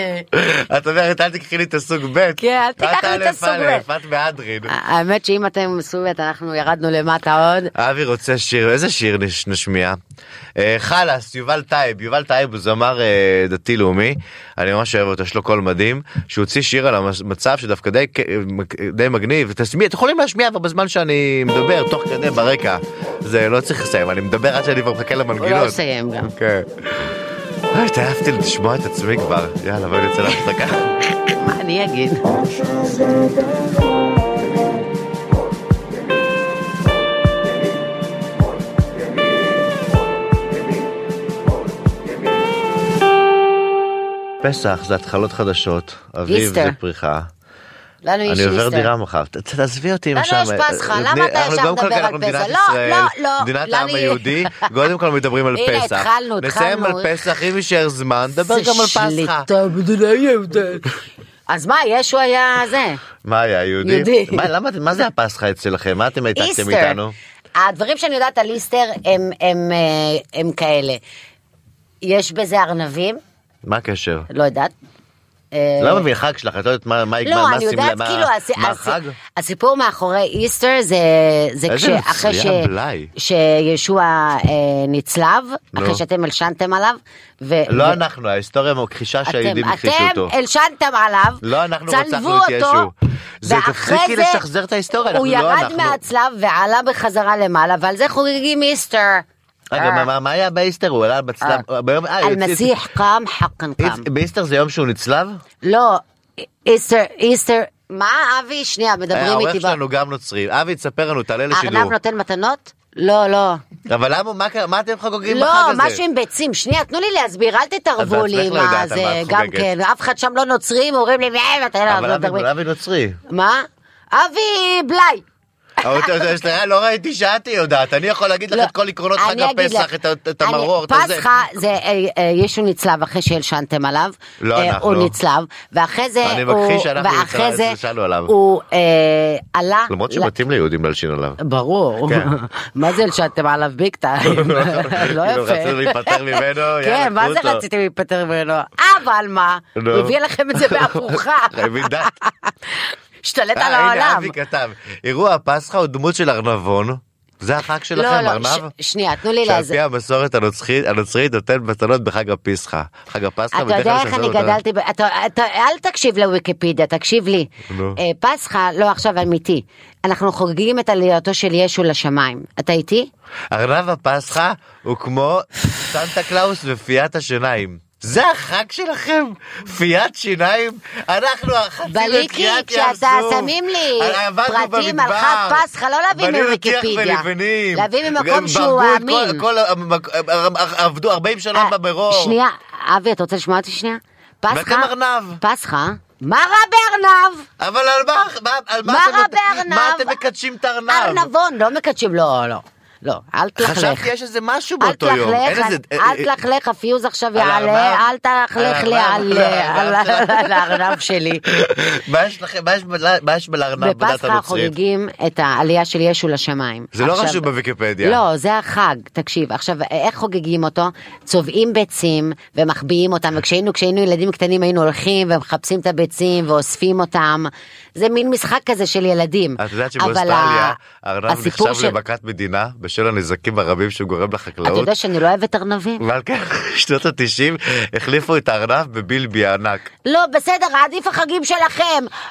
C: את אומרת, אל תיקחי לי את הסוג ב'.
D: כן, אל תיקח לי את
C: א',
D: הסוג
C: א',
D: ב'.
C: את מהדרין.
D: האמת שאם אתם סובייט, אנחנו ירדנו למטה עוד.
C: אבי רוצה שיר, איזה שיר נש- נשמיע? אה, חלאס, יובל טייב, יובל טייב הוא זמר אה, דתי-לאומי, אני ממש אוהב אותו, יש לו קול מדהים, שהוציא שיר על המצב שדווקא די, כ- מג- די מגניב, תשמיע, אתם יכולים להשמיע אבל בזמן שאני מדבר, תוך כדי ברקע, זה לא צריך לסיים, אני מדבר עד שאני כבר מחכה
D: הוא
C: למנגינות.
D: לא יסיים גם.
C: כן. אוי, התעייפתי לשמוע את עצמי כבר, יאללה בואי נצא להפסקה.
D: מה אני אגיד?
C: פסח זה התחלות חדשות, אביב
D: איסטר.
C: זה פריחה.
D: לנו יש
C: אני עובר
D: איסטר.
C: דירה מחר, ת- ת- תעזבי אותי עם
D: לנו
C: השם.
D: לא, יש פסחא, למה אתה
C: אה, אנחנו
D: ישר
C: קודם כל
D: מדבר
C: כאן,
D: על
C: אנחנו מדינת
D: פסח? לא,
C: ישראל,
D: לא, לא,
C: מדינת
D: לנו
C: העם
D: יש-
C: היהודי, קודם כל מדברים על
D: הנה,
C: פסח.
D: התחלנו,
C: נסיים על
D: התחלנו.
C: פסח, אם יישאר זמן, נדבר גם על פסחא.
D: במדינה יהודית. לא אז מה, ישו היה זה,
C: מה היה, יהודי?
D: יהודי.
C: מה- למה- מה זה הפסחא אצלכם? מה אתם העתקתם
D: איסטר.
C: איתנו?
D: הדברים שאני יודעת על איסטר הם- הם, אה, הם כאלה. יש בזה ארנבים,
C: מה הקשר?
D: לא יודעת. אה,
C: לא מבין חג שלך, את לא יודעת מה מה
D: לא,
C: מה- מה
D: אני
C: הסמלה,
D: יודעת,
C: מה-
D: כאילו, הס-
C: מה
D: הס-
C: החג?
D: הסיפור מאחורי איסטר זה זה
C: איזה
D: כש- אחרי ש-
C: מצוין, בלאי.
D: שישוע אה, נצלב,
C: נו.
D: אחרי שאתם הלשנתם עליו. ו-
C: לא
D: ו-
C: אנחנו, ההיסטוריה מכחישה
D: אתם-
C: שהיהודים הכחישו
D: אתם
C: אותו.
D: הלשנתם עליו,
C: לא, אנחנו
D: צלבו
C: רצחנו את
D: אותו,
C: ישו. זה
D: ואחרי
C: תפסיקי
D: זה
C: לשחזר את ההיסטוריה,
D: הוא
C: אנחנו לא
D: ירד
C: אנחנו.
D: מהצלב ועלה בחזרה למעלה, ועל זה חוגגים איסטר.
C: רגע, מה- מה- מה היה באיסטר? הוא עלה בצלב.
D: אה.
C: ביום- אה,
D: על
C: it's- it's-
D: מסיח קם חקן קם.
C: it's- באיסטר זה יום שהוא נצלב?
D: לא, איסטר, איסטר, מה אבי? שנייה, מדברים
C: אה, העורך
D: איתי. ב-
C: שלנו גם נוצרי. אבי, תספר לנו, תעלה
D: ארנב
C: לשידור.
D: נותן מתנות? לא, לא.
C: אבל למה, מה קרה- מה אתם חוגגים
D: לא,
C: בחג הזה?
D: משהו עם ביצים. שנייה, תנו לי להסביר, אל תתערבו
C: את בעצמך
D: לי עם
C: לא יודעת על
D: הזה.
C: מה את
D: גם
C: חוגגת.
D: כן, אף אחד שם לא נוצרים, אומרים לי, "אה, אתה יודע,
C: אבל
D: לא
C: אבי-
D: מדברים."
C: אבי נוצרי.
D: מה? אבי בליי.
C: אבל אתה- אתה- לא ראיתי שאת יודעת, אני יכול להגיד לך
D: לא,
C: את כל עקרונות חג
D: אני אגיד
C: הפסח,
D: לך,
C: את ה- את
D: אני-
C: המרור, את הזה.
D: פסחא זה אה, אה, ישו נצלב אחרי שהלשנתם עליו.
C: לא,
D: אה,
C: אנחנו.
D: הוא נצלב, ואחרי זה
C: אני
D: הוא,
C: מכחיש שאנחנו
D: ואחרי
C: נצל-
D: זה
C: נשאלנו עליו.
D: הוא אה, עלה.
C: למרות
D: ל-
C: שמתאים ליהודים להלשין עליו.
D: ברור,
C: כן.
D: מה זה הלשנתם עליו ביג טיים, לא
C: כאילו,
D: יפה.
C: רצו להיפטר ממנו, יאללה,
D: כן, מה
C: קחו
D: זה
C: אותו. לא.
D: רציתם להיפטר ממנו? אבל מה,
C: נו.
D: הוא הביא לכם את זה בהפוכה.
C: חייבים דת.
D: השתלט
C: אה,
D: על
C: הנה
D: העולם.
C: אבי כתב, אירוע הפסחא הוא דמות של ארנבון. זה החג שלכם,
D: לא, לא,
C: ארנב?
D: ש- שנייה, תנו לי להז...
C: שעל פי המסורת הנוצרית, הנוצרית נותן מתנות בחג הפסחא. חג הפסחא,
D: אתה יודע איך אני
C: לא
D: גדלתי, ב- אתה- אתה- אל תקשיב לוויקיפדיה, תקשיב לי.
C: נו.
D: אה, פסחא, לא עכשיו אמיתי, אנחנו חוגגים את עלייתו של ישו לשמיים. אתה איתי?
C: ארנב הפסחא הוא כמו סנטה קלאוס ופיית השיניים. זה החג שלכם? פיית שיניים? אנחנו החצי
D: בליקי,
C: לקריאת ים
D: כשאתה
C: סוף.
D: שמים לי
C: עבדנו
D: פרטים על
C: במדבר.
D: חג פסחא, לא להביא
C: בנינו
D: מוויקיפדיה.
C: טיח ולבנים.
D: להביא ממקום
C: גם
D: שהוא
C: ברגו את כל-
D: אמין.
C: כל המק- עבדו 40 שנה
D: אה,
C: במרור.
D: שנייה, אבי, אתה רוצה לשמוע אותי שנייה? פסחא,
C: ואתם ארנב.
D: פסחא, מה רע בארנב?
C: אבל על מה, מה, על מה,
D: מה
C: אתם-
D: רע בארנב?
C: מה אתם מקדשים את הארנב?
D: ארנבון, לא מקדשים, לא, לא. לא, אל תלכלך.
C: חשבתי יש איזה משהו
D: אל
C: באותו יום. אין
D: תלכלך,
C: איזה- אה,
D: אל תלכלך, הפיוז עכשיו
C: על הארנב?
D: יעלה, אל
C: על הארנב?
D: תלכלך לי על
C: על הארנב
D: על-
C: שלך?
D: על הארנב שלי.
C: מה יש לכם, מה יש בל- מה יש בלארנב בדת
D: בפסחא
C: הנוצרית?
D: חוגגים את העלייה של ישו לשמיים.
C: זה לא
D: עכשיו-
C: רשום בוויקיפדיה.
D: לא, זה החג, תקשיב. עכשיו, איך חוגגים אותו? צובעים ביצים ומחביאים אותם, וכשהיינו כשהיינו ילדים קטנים היינו הולכים ומחפשים את הביצים ואוספים אותם. זה מין משחק כזה של ילדים.
C: את יודעת
D: אבל
C: שבאוסטרליה
D: ה-
C: ארנב
D: הסיפור
C: נחשב
D: של-
C: למכת מדינה בשל הנזקים הרבים שהוא גורם
D: אתה
C: לחקלאות.
D: יודע שאני לא אוהבת ארנבים?
C: ועל כך שנות ה-90 החליפו את הארנב בבילבי הענק.
D: לא, בסדר, עדיף החגים שלכם.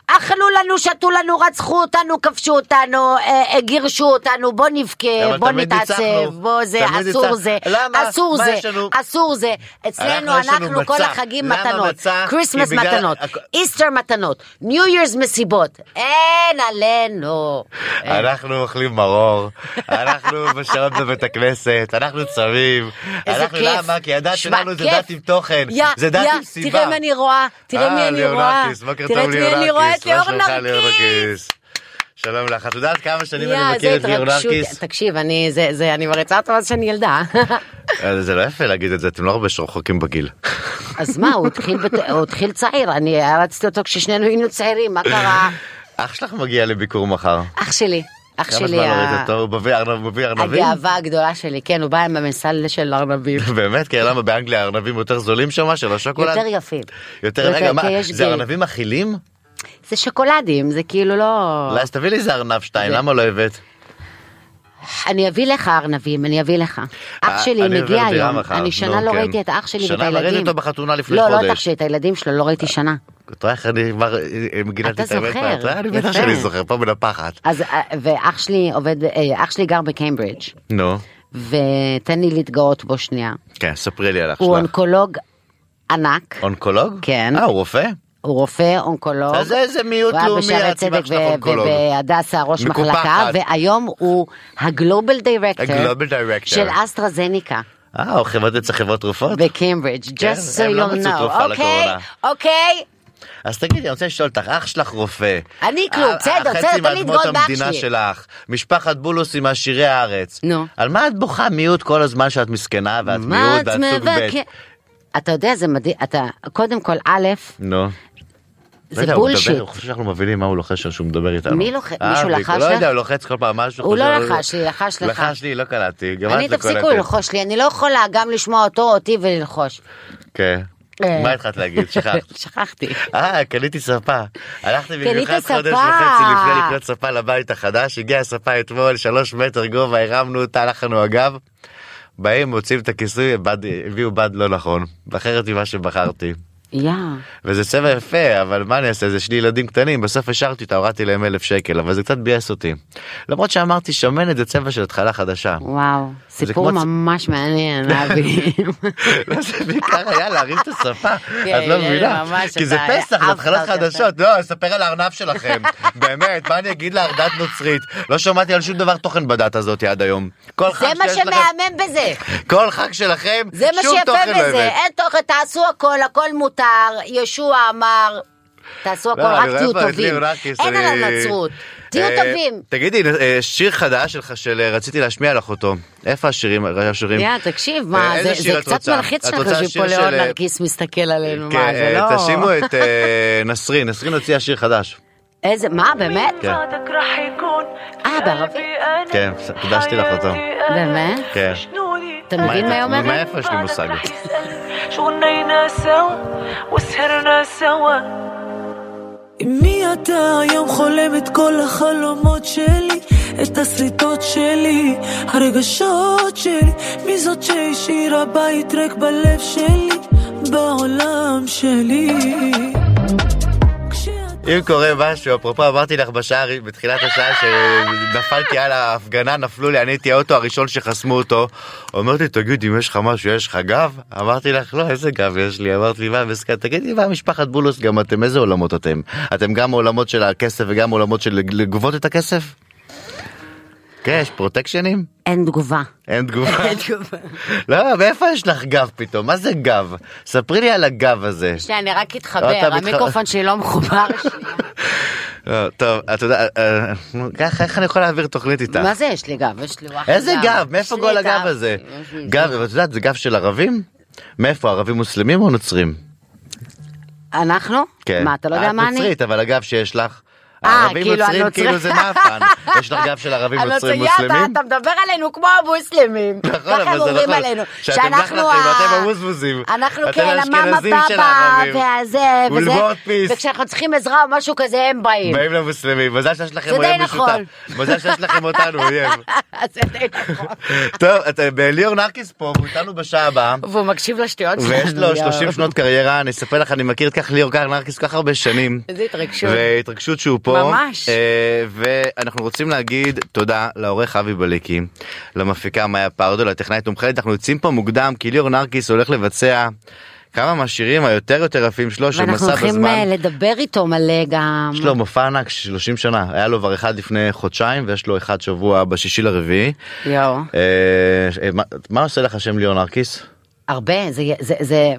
D: אכלו לנו, שתו לנו, רצחו אותנו, כבשו אותנו, אה, אה, גירשו אותנו, בוא
C: אבל
D: נבכה, בוא
C: תמיד
D: נתעצב,
C: ניצחנו.
D: בוא זה,
C: תמיד
D: אסור
C: ניצח-
D: זה,
C: למה?
D: אסור
C: מה
D: זה,
C: יש לנו?
D: אסור זה. אצלנו
C: אנחנו, יש לנו
D: אנחנו כל
C: מצה.
D: החגים
C: למה
D: מתנות.
C: מצה? כי
D: כריסמס
C: בגלל-
D: מתנות,
C: הכ-
D: איסטר מתנות, ניו יורס מסיבות. אין עלינו.
C: אה,
D: אין.
C: אנחנו אוכלים מרור, אנחנו בשעות בבית הכנסת, אנחנו צמים,
D: איזה
C: אנחנו
D: כיף.
C: למה? כי הדת
D: שמע,
C: שלנו זה
D: כיף.
C: דת עם תוכן,
D: יא,
C: זה דת
D: יא,
C: עם סיבה.
D: תראה מי אני רואה, תראה מי
C: אה,
D: אני רואה.
C: ליאונקיס, בוקר
D: תראה
C: טוב
D: את מי אני רואה, את
C: ליאונקיס, מה
D: ליאור
C: שלומך
D: נרקיס.
C: ליאונקיס? שלום לך, את יודעת כמה שנים
D: יא,
C: אני
D: זה
C: מכיר את
D: התרגשות.
C: ליאונקיס?
D: תקשיב, אני, זה, זה, אני מריצה אותו מאז שאני ילדה.
C: זה לא יפה להגיד את זה, אתם לא הרבה שרחוקים בגיל.
D: אז מה, הוא התחיל, בת- הוא התחיל צעיר, אני הרצתי אותו כששנינו היינו צעירים, מה קרה?
C: אח שלך מגיע לביקור מחר.
D: אח שלי, אח
C: כמה
D: שלי,
C: זמן
D: ה-
C: ראית אותו? הוא מביא ארנב- מביא ארנבים?
D: הגאווה הגדולה שלי, כן, הוא בא עם המסל של ארנבים.
C: באמת? כי למה באנגליה הארנבים יותר זולים שם של השוקולד?
D: יותר יפים.
C: יותר, רגע,
D: כי
C: מה,
D: יש
C: זה
D: גיל.
C: ארנבים אכילים?
D: זה שוקולדים, זה כאילו לא...
C: לא, אז תביא לי איזה ארנב שתיים,
D: זה-
C: למה לא הבאת?
D: אני אביא לך ארנבים, אני אביא לך.
C: אה,
D: אח שלי
C: אני
D: מגיע
C: עובר דירה
D: היום,
C: מחר,
D: אני שנה
C: נו,
D: לא
C: כן.
D: ראיתי את האח שלי ואת
C: שנה?
D: הילדים.
C: אבל ראיתי אותו בחתונה לפני
D: לא, לא
C: חודש.
D: את אח שלי, את הילדים שלו, לא ראיתי שנה.
C: אתה רואה איך אני כבר אה, גילדתי
D: אתה
C: את האמת?
D: זוכר,
C: מה- אתה יודע, אני בטח
D: יפה.
C: שאני זוכר, פה מנפחת.
D: אז, אה, ואח שלי עובד, אה, אח שלי גר בקיימברידג',
C: נו,
D: ותן לי להתגאות בו שנייה.
C: כן, ספרי לי על אח
D: הוא
C: שלך.
D: אונקולוג ענק,
C: אונקולוג?
D: כן.
C: אה, הוא רופא?
D: הוא רופא אונקולוג.
C: אז איזה מיעוט
D: הוא היה
C: לאומי,
D: בשערי
C: את
D: צדק
C: סיבכת שלך אונקולוג.
D: ובהדסה ראש
C: מקופחת.
D: מחלקה, והיום הוא הגלובל דירקטור
C: הגלובל דירקטור.
D: של אסטרזניקה.
C: אה, הוא חברת אצל חברות תרופות?
D: בקיימברידג',
C: כן,
D: just so
C: הם לא
D: you'll
C: מצאו
D: know,
C: תרופה
D: אוקיי,
C: לקורונה.
D: אוקיי,
C: אז תגידי, אני רוצה לשאול אותך, אח שלך רופא.
D: אני כלום,
C: ה-
D: בסדר, בסדר,
C: החצי
D: תן לי
C: מאדמות
D: להתגאות באח
C: המדינה
D: שלי.
C: שלך, משפחת בולוס עם עשירי הארץ.
D: נו.
C: על מה את בוכה מיעוט כל הזמן שאת מסכנה ואת
D: מה
C: מיעוט
D: את
C: ואת סוג ב'?
D: מבקר? אתה יודע, זה מדהים, אתה, קודם כל, א',
C: נו.
D: זה
C: לא יודע, הוא
D: בולשיט.
C: מדבר, הוא חושב שאנחנו מבינים מה הוא לוחש שם שהוא מדבר איתנו.
D: מי לוח-
C: אה,
D: מישהו
C: אני-
D: לחש
C: לא
D: לך?
C: יודע, הוא לוחץ כל פעם משהו.
D: הוא
C: חוזר-
D: לא לחש לי, לחש לך.
C: לחש לי, לא קלטתי. גם את
D: אני
C: לא
D: תפסיקו
C: קולטת.
D: ללחוש לי, אני לא יכולה גם לשמוע אותו, אותי וללחוש.
C: כן.
D: אה,
C: מה התחלת להגיד? שכחת.
D: שכחתי.
C: אה, קניתי ספה. הלכתי
D: קנית
C: במיוחד
D: ספה.
C: חודש וחצי לפני לקנות ספה לבית החדש, הגיעה הספה אתמול, שלוש מטר גובה, הרמנו אותה, הלכנו אגב. באים, מוצאים את הכיסוי, בד- הביאו בד לא נכון, אחרת ממה שבחרתי.
D: יא.
C: וזה צבע יפה, אבל מה אני אעשה, זה שני ילדים קטנים, בסוף השארתי אותה, הורדתי להם אלף שקל, אבל זה קצת ביאס אותי. למרות שאמרתי, שמנת זה צבע של התחלה חדשה.
D: וואו, סיפור
C: כמו צ-
D: ממש מעניין, אבי.
C: לא, זה בעיקר היה להרים את השפה,
D: כן,
C: את לא מבינה,
D: ממש,
C: כי זה
D: אתה
C: פסח, זה
D: אהבת
C: התחלות
D: אותי,
C: חדשות, לא, אספר על הארנב שלכם, באמת, מה אני אגיד לה, דת נוצרית, לא שמעתי על שום דבר תוכן בדת הזאת עד היום. כל
D: זה
C: חג
D: מה
C: שיש לכם-
D: שמהמם בזה.
C: כל חג שלכם,
D: זה מה
C: שום
D: שיפה
C: תוכן לא
D: בזה,
C: הבאת.
D: אין תוכן, תעשו הכל, הכל מותר, ישוע אמר, תעשו הכל,
C: לא, אני
D: רק
C: רואה
D: תהיו
C: פה את
D: טובים.
C: ליאו נרקיס,
D: אין
C: אני-
D: על הנצרות, תהיו
C: אה,
D: טובים.
C: תגידי, אה, שיר חדש שלך שרציתי להשמיע לך אותו, איפה השירים? אה, השירים?
D: יא, תקשיב, מה,
C: אה,
D: זה
C: איזה שיר
D: זה
C: את
D: קצת
C: רוצה?
D: מלחיץ
C: את
D: שאנחנו
C: רוצה
D: יושבים פה
C: שיר
D: ליאון
C: של, אה,
D: נרקיס מסתכל עלינו,
C: כן,
D: מה, זה
C: אה,
D: לא...
C: תשימו את אה, נסרין, נסרין הוציאה שיר חדש.
D: איזה, מה, באמת? אה,
C: כן.
A: صادق راح يكون
D: آه، بعرف.
A: قلبي أنا،
C: כן, הקדשתי לך אותו.
F: אה,
A: حياتي أنا،
D: באמת?
C: כן.
A: مجنوني
D: אתה מבין מה היא אומרת?
C: מאיפה יש לי
A: صادق
C: מושג?
A: راح يسأل شو غنينا سوا وسهرنا سوا
F: מי אתה היום חולם את כל החלומות שלי, את הסריטות שלי, הרגשות שלי, מי זאת שהשאירה בית ריק בלב שלי, בעולם שלי. כשאת
C: אם קורה משהו, אפרופו אמרתי לך בשעה, בתחילת השעה שנפלתי על ההפגנה, נפלו לי, אני הייתי האוטו הראשון שחסמו אותו. אומרת לי, תגיד, אם יש לך משהו, יש לך גב? אמרתי לך, לא, איזה גב יש לי? אמרת לי, מה, בסקר, תגידי, מה, משפחת בולוס, גם אתם, איזה עולמות אתם? אתם גם עולמות של הכסף וגם עולמות של לגבות את הכסף? כן, יש פרוטקשנים?
D: אין תגובה.
C: אין תגובה. לא, מאיפה יש לך גב פתאום? מה זה גב? ספרי לי על הגב הזה.
D: שנייה, אני רק
C: לא,
D: אתחבר,
C: אתה מתח-
D: המיקרופון שלי לא מחובר.
C: לא, טוב, אתה יודע, אה, אה, ככה, איך אני יכול להעביר תוכנית איתך?
D: מה זה יש לי גב? יש לי וואחד
C: איזה גב? מאיפה
D: יש לי
C: כל
D: את
C: הגב הזה?
D: יש לי
C: גב, אבל את יודעת, זה גב של ערבים? מאיפה, ערבים מוסלמים או נוצרים?
D: אנחנו?
C: כן.
D: מה, אתה לא יודע מה
C: את
D: אני?
C: נוצרית, אבל הגב שיש לך.
D: אה,
C: ערבים
D: כאילו
C: נוצרים,
D: הנוצרים.
C: כאילו זה מאפן. יש לך גב של ערבים
D: אני
C: נוצרים
D: רוצה- יאללה,
C: מוסלמים?
D: אתה מדבר עלינו כמו המוסלמים.
C: נכון,
D: ככה
C: אבל
D: הם
C: זה
D: אומרים
C: נכון.
D: עלינו.
C: שאתם לא
D: שאנחנו
C: נחלחים ואתם
D: ה-
C: המוסמוסים.
D: אנחנו
C: אתם
D: כן, המאמה
C: האשכנזים של
D: פאפה,
C: הערבים.
D: והזה, וזה.
C: ולבורד פיס.
D: וכשאנחנו צריכים עזרה או משהו כזה, הם באים.
C: באים למוסלמים, מזל שיש לכם
D: זה די
C: אויב משותף.
D: נכון.
C: מזל שיש לכם אותנו, אויב.
D: זה די נכון.
C: טוב, אתה- ליאור נרקיס פה, הוא איתנו בשעה הבאה.
D: והוא מקשיב לשטויות שלנו.
C: ויש לו
D: יואו.
C: 30 שנות קריירה, אני אספר לך, אני מכיר את כך ליאור קר נרקיס כל כך הרבה שנים.
D: איזה התרגשות.
C: והתרגשות שהוא פה.
D: ממש.
C: אה, ואנחנו רוצים להגיד תודה לעורך אבי בליקי, למפיקה מאיה פרדו, לטכנאית תומכלת, אנחנו יוצאים פה מוקדם, כי ליאור נרקיס הולך לבצע כמה מהשירים היותר יותר יפים שלו, של
D: ואנחנו
C: מסע
D: הולכים אה,
C: בזמן.
D: לדבר איתו מלא גם.
C: יש לו מופע ענק 30 שנה, היה לו כבר אחד לפני חודשיים ויש לו אחד שבוע בשישי לרביעי.
D: יואו.
C: אה, אה, מה- מה עושה לך השם ליאור נרקיס?
D: הרבה, זה, זה, זה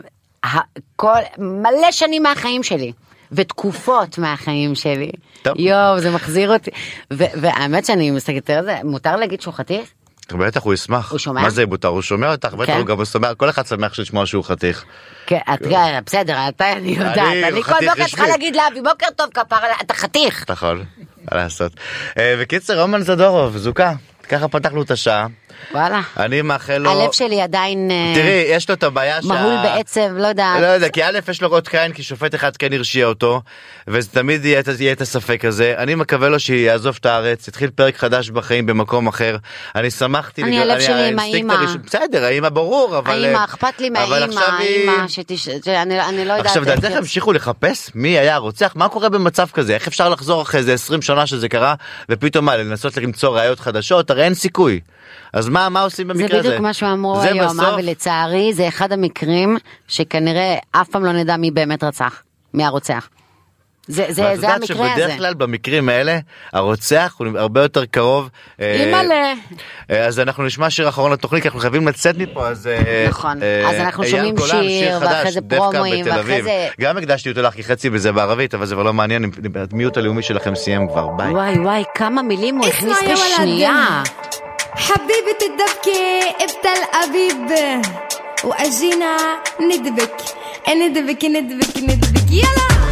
D: ה- כל, מלא שנים מהחיים שלי, ותקופות מהחיים שלי.
C: טוב.
D: יואו, זה מחזיר אותי. ו- והאמת שאני מסתכלת על זה, מותר להגיד שהוא חתיך?
C: בטח הוא ישמח.
D: הוא שומע?
C: מה זה בוטר? הוא שומע אותך, בטח
D: כן.
C: הוא גם שמח, כל אחד שמח לשמוע שהוא חתיך.
D: כן, את גם, בסדר, אתה, אני
C: אני
D: יודעת. אני כל
C: חתיך
D: בוקר
C: רשמי.
D: צריכה להגיד לאבי, בוקר טוב, כפר, אתה חתיך.
C: נכון, מה לעשות. אה, בקיצר, רומן זדורוב, זוכה. ככה פתחנו את השעה.
D: וואלה.
C: אני מאחל לו...
D: הלב שלי עדיין אה,
C: לא. תראי, יש לו את הבעיה שה...
D: מהול בעצב, לא יודעת.
C: לא יודע, כי א' יש לו עוד קין, כי שופט אחד כן הרשיע אותו, ותמיד יהיה, את- יהיה את הספק הזה. אני מקווה לו שיעזוב את הארץ, יתחיל פרק חדש בחיים במקום אחר. אני שמחתי...
D: אני,
C: לגל-
D: הלב שלי עם
C: האינסטינקט
D: האמא.
C: הראשון- בסדר, האמא ברור, אבל...
D: האמא,
C: אה,
D: אכפת לי
C: אבל
D: מהאימא,
C: עכשיו היא-
D: האימא שתש... שאני- אני לא יודעת.
C: עכשיו,
D: איך
C: דעתך
D: זה-
C: המשיכו לחפש מי היה הרוצח? מה קורה במצב כזה? איך אפשר לחזור אחרי איזה 20 שנה שזה קרה, ופתאום מה, לנסות למצוא ראיות חדשות? הרי אין סיכוי. אז מה, מה עושים
D: זה
C: במקרה הזה?
D: בדיוק מה שאמרו
C: זה
D: היום,
C: בסוף-
D: אבל לצערי זה אחד המקרים שכנראה אף פעם לא נדע מי באמת רצח, מי הרוצח. זה, זה,
C: ואת
D: זה
C: יודעת
D: המקרה הזה.
C: שבדרך כלל במקרים האלה, הרוצח הוא הרבה יותר קרוב. אה,
D: אימא'לה.
C: אה, אז אנחנו נשמע שיר אחרון לתוכנית, כי אנחנו חייבים לצאת מפה, אז... אה,
D: נכון.
C: אה,
D: אז אנחנו
C: אייל
D: שומעים
C: גולן,
D: שיר,
C: חדש,
D: ואחרי זה
C: דווקא
D: פרומואים,
C: בתל
D: ואחרי
C: אביב.
D: זה-
C: גם הקדשתי אותו לך, כי חצי מזה בערבית, אבל זה כבר לא מעניין, המיעוט הלאומי שלכם סיים כבר, ביי.
D: וואי וואי, כמה מילים הוא הכניס
G: اسمعي ولد.
D: בשנייה.
G: حبيبة الدبكة بتل أبيب وأجينا ندبك ندبك ندبك ندبك يلا